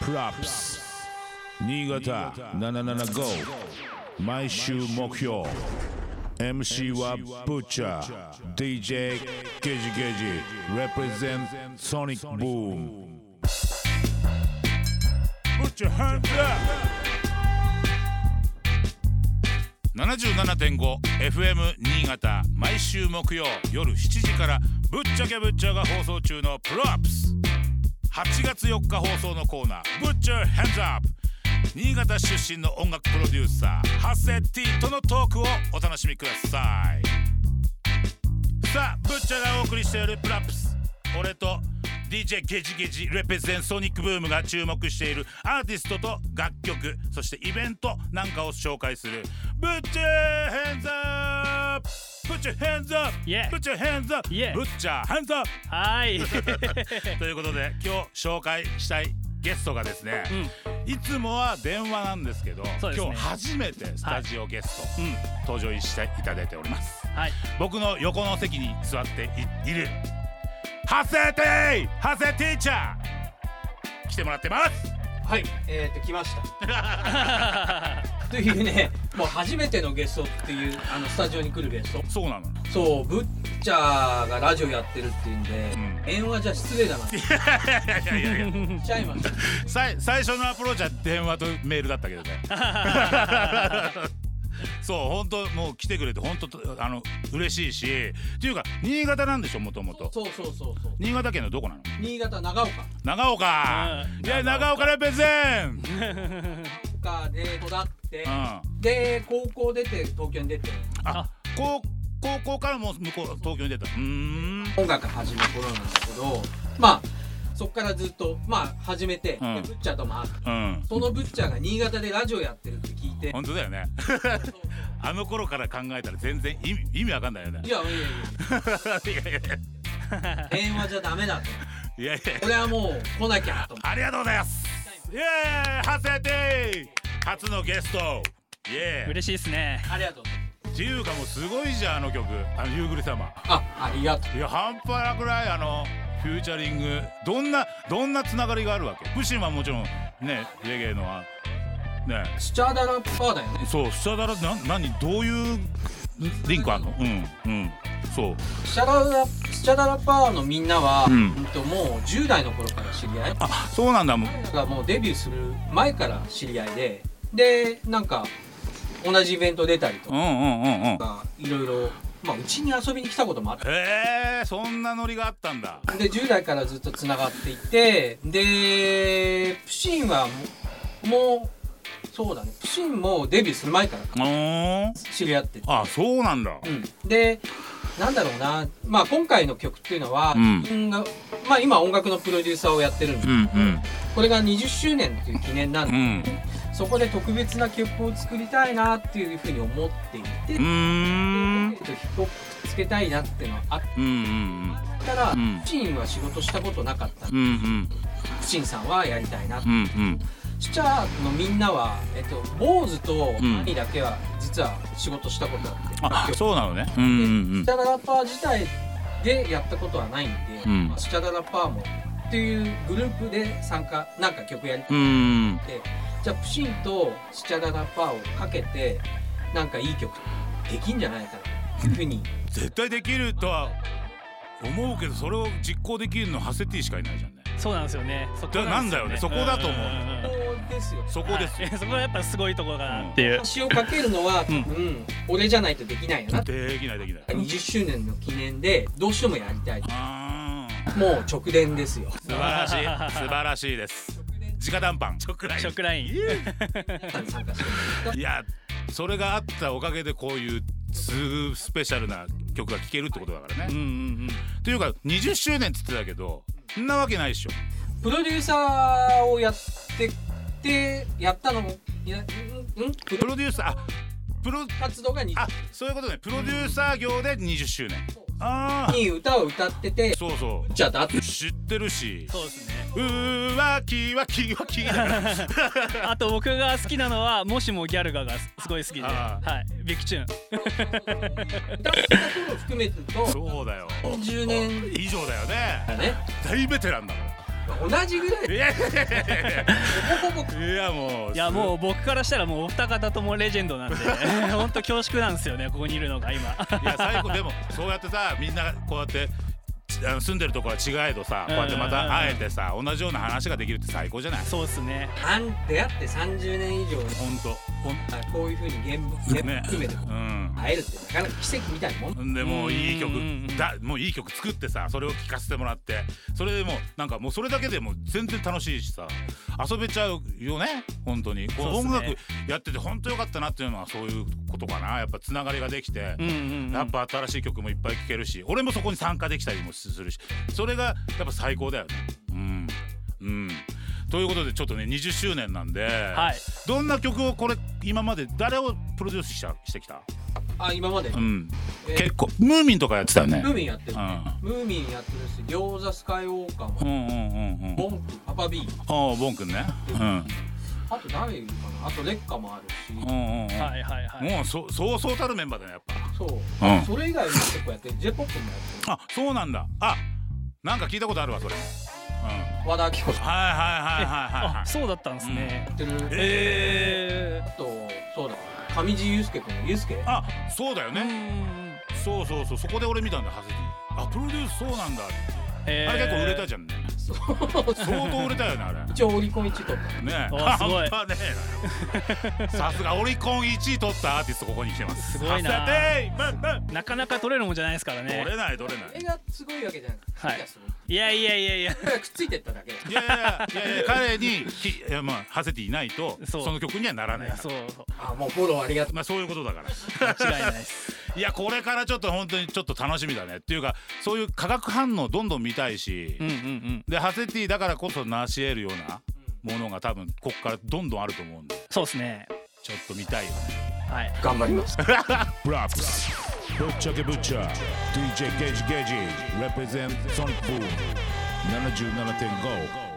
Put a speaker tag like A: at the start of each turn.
A: プラップス新潟775毎週目標 MC はブッチャー DJ ゲジゲジ represent ソニックブーム Put your hands up!
B: 77.5FM 新潟毎週木曜夜7時から「ぶっちゃけぶっちゃ」が放送中の「プロップス」8月4日放送のコーナー「ぶっちゃ Hands Up」新潟出身の音楽プロデューサーハセティとのトークをお楽しみくださいさあぶっちゃがお送りしている「プラップス」俺と DJ ゲジゲジレペゼンソニックブームが注目しているアーティストと楽曲そしてイベントなんかを紹介する「ぶっちゃ Hands Up」Put your hands up!
C: Yeah.
B: Put your hands up!
C: Yeah.
B: ぶっちゃ hands up!
C: はい
B: ということで今日紹介したいゲストがですね、いつもは電話なんですけど
C: そうですね
B: 今日初めてスタジオゲスト、
C: うん
B: 登場していただいております
C: はい
B: 僕の横の席に座っていいるハセティハセティーチャー来てもらってます
D: はい、えっ、と来ました。 というね、もう初めてのゲストっていうあのスタジオに来るゲスト。
B: そうなの
D: そう、ブッチャーがラジオやってるっていうんで、
B: ん
D: 電話じゃ失礼 だな。し
B: いやいやいやいや
D: ちゃいました。
B: さい最初のアプローチは電話とメールだったけどね そう本当もう来てくれて本当あの嬉しいしっていうか新潟なんでしょもともと
D: そうそうそうそう。
B: 新潟県のどこなの
D: 新潟長岡
B: 長岡、
C: うん
B: いや長岡レペゼン、うん、
D: 岡で育って、
B: あ
D: で高校出て東京に出て
B: 高高校からもう向こう東京に出たうーん
D: 音楽始める頃なんだけど、まあそっからずっとまあ始めて、
B: うん
D: でブッチャーとも会って。
B: うん
D: そのブッチャーが新潟でラジオやってるって聞いて、
B: 本当だよ ね
D: そうそう
B: あの頃から考えたら全然意味意味わかんないよね
D: いやいやいや
B: いやいやいや
D: 電話じゃダメだと。
B: いやいや
D: これはもう来なきゃと思
B: ありがとうございますイエーイハセティ初のゲストイエーイ
C: 嬉しいですね
D: ありがとう
B: っていうかもうすごいじゃんあの曲あの夕暮れ様
D: あありがと
B: いや半端なくらいあのフューチャリングどんなどんなつながりがあるわけ福島はもちろんねレゲエのはね
D: うスチャダラッパーだよね
B: そうスチャダラな何どういうリンクあんのうんうんそう
D: スチャダラスチャダラッパーのみんなは、
B: う
D: うんん、ともう10代の頃から知り合い
B: あそうなんだもう
D: がもうデビューする前から知り合いででなんか同じイベント出たりと
B: うんうんうんうん
D: かいろいろまあうちに遊びに来たこともあって
B: へえそんなノリがあったんだ
D: で10代からずっとつながっていてでプシンはももうそうだねプシンもデビューする前から
B: うーん
D: 知り合ってて
B: あそうなんだ
D: うん、でなんだろうな、まあ、今回の曲っていうのは、
B: うん
D: 自分がまあ、今音楽のプロデューサーをやってるんで
B: う
D: す
B: んうん
D: これが20周年という記念なん
B: う
D: で、
B: ん
D: そこで特別な曲を作りたいなっていうふうに思っていて、
B: うーん
D: ちょっとヒップホップつけたいなっていうのがあっ
B: うんうん
D: たら、
B: うん
D: シーンは仕事したことなかった
B: うんうん
D: シンさんはやりたいな、
B: うんうん
D: シチャーのみんなは、えっと、坊主と
B: うん
D: 兄だけは実は仕事したことあって、
B: あそうなのねうんうん
D: スチャダラッパー自体でやったことはないんで、
B: うん
D: まあスチャダラッパーもっていうグループで参加なんか曲やりた
B: う
D: い
B: んうん
D: って、じゃあプシンとスチャダラッパーをかけてなんかいい曲できんじゃないかなっていうふうに
B: 絶対できるとは思うけどそれを実行できるのハセティしかいないじゃんね
C: そうなんですよねそこ
B: だなんだよねそこだと思う
D: こうですよ。
B: そ
C: そ
B: こですよ、
C: そこがやっぱすごいところかなっていう
D: 詞をかけるのは、
C: うん
D: うん、俺じゃないとできないよな。
B: できないできない
D: 20周年の記念でどうしてもやりたい。
B: あー
D: もう直伝ですよ。
B: 素晴らしい素晴らしいです直談判直来
C: 食ライン
D: 参加して
B: いやそれがあったおかげでこういうすスペシャルな曲が聴けるってことだから
C: う
B: ね、
C: んうん
B: というか20周年っつってたけどそんなわけないでしょ
D: プロデューサーをやっててやったのもいやんんプ
B: プ
D: ロ
B: ロデューサーあプロ
D: 活動が2
B: あそういうことねプロデューサー業で20周年ああ
D: に歌を歌ってて
B: そうそ
D: じゃあだって
B: う知ってるし
C: そうですね
B: うーわきわきわきだから
C: あと僕が好きなのはもしもギャルガがすごい好きで、
B: あー
C: はい、ビクチューン。
D: 歌った頃含めてると
B: そうだよ
D: 10年
B: 以上だよね
D: だね
B: 大ベテランだから
D: 同じぐらい
B: いやいやいやい
D: ほぼほぼ
B: やいやもう
C: い
B: い
C: やもう僕からしたらもうお二方ともレジェンドな んで本当恐縮なんですよねここにいるのが今
B: いや最後でもそうやってさみんなこうやってちあの住んでるとこは違えどさこうやってま
C: うんうんう
B: た
C: ん
B: 会えてさ同じような話ができるって最高じゃない
C: そうっすね
D: あん出会って30年以上
B: ほんとほん
D: こういうふうに現物全部含めて
B: うん
D: 会えるってなかなか奇跡みたいなもん
B: でもういい曲
C: うんうんうん
B: だもういい曲作ってさそれを聴かせてもらってそれでもうなんかもうそれだけでもう全然楽しいしさ遊べちゃうよね本当にこう
C: そうっす
B: 音
C: ね
B: 楽やってて本当よかったなっていうのはそういうことかなやっぱつながりができて
C: うんうん、うん、
B: やっぱ新しい曲もいっぱい聴けるし俺もそこに参加できたりもするしそれがやっぱ最高だよねうんうんということでちょっとね20周年なんで、
C: はい
B: どんな曲をこれ今まで誰をプロデュースしたしてきた、
D: あ今まで、
B: うん、
D: えー
B: 結構ムーミンとかやってたよね
D: ムーミンやってる、
B: うん
D: ムーミンやってるし餃子スカイウォーカー
B: う
D: も
B: んうんうんうん。
D: ボンキーパパビー
B: ああ、ボン君ね。うん。
D: あと誰いるかなあとレッカもあるし、
B: うんうんうん。
C: はいはいはい
B: もうそそうそうたるメンバーだねやっ
D: そう、
B: ぱ。うん。
D: それ以外も結構やってる J−POP もやって
B: あそうなんだ。あなんか聞いたことあるわそれ。うん。はい
D: る和田アキ子さんや
B: はいはいはいはいは
C: あそうだったんですね、
D: ってる、
B: い。ええ
C: え
D: あとそうだ上地雄介君の雄介
B: ー。あそうだよ
C: ー、う
B: ね。
C: ん
B: そうそうそうそこで俺見たんだハセディ。あプロデュースそうなんだ。
C: え
B: あ
C: ー、
B: れ結構売れたじゃんね。
D: そう
B: 相当売れたよねあれ。
D: 一応オリコン1位取っ た
B: ねえ。
C: あすごい
B: 半端ねえなさすがオリコン1位取ったアーティストここに来てます。
C: すごいな
B: ハセディ。バンバン
C: なかなか取れるもんじゃないですから
B: 取
C: ね
B: れない取れない
D: あ。れがすごいわけじゃなくて、
C: はい
D: 彼がすごい
C: いやいやいやいや
D: 彼 がくっついてっただけだ
B: いやいやいやいやいや彼にきいやまあ馳せていないと
C: そ
B: そうの曲にはならないから
C: そうそう
D: あもうフォローありがとう
B: まあそういうことだから
C: 間違いないです
B: いやこれからちょっと本当にちょっと楽しみだねっていうかそういう化学反応どんどん見たいし、
C: うんうんうん
B: でハセティだからこそ成し得るようなものが多分ここからどんどんあると思うんで
C: そうですね
B: ちょっと見たいよね
C: はい
D: 頑張ります
A: Props. Butcher ke Butcher. DJ Gage Gage. Represent Sonic Boom. 77.5.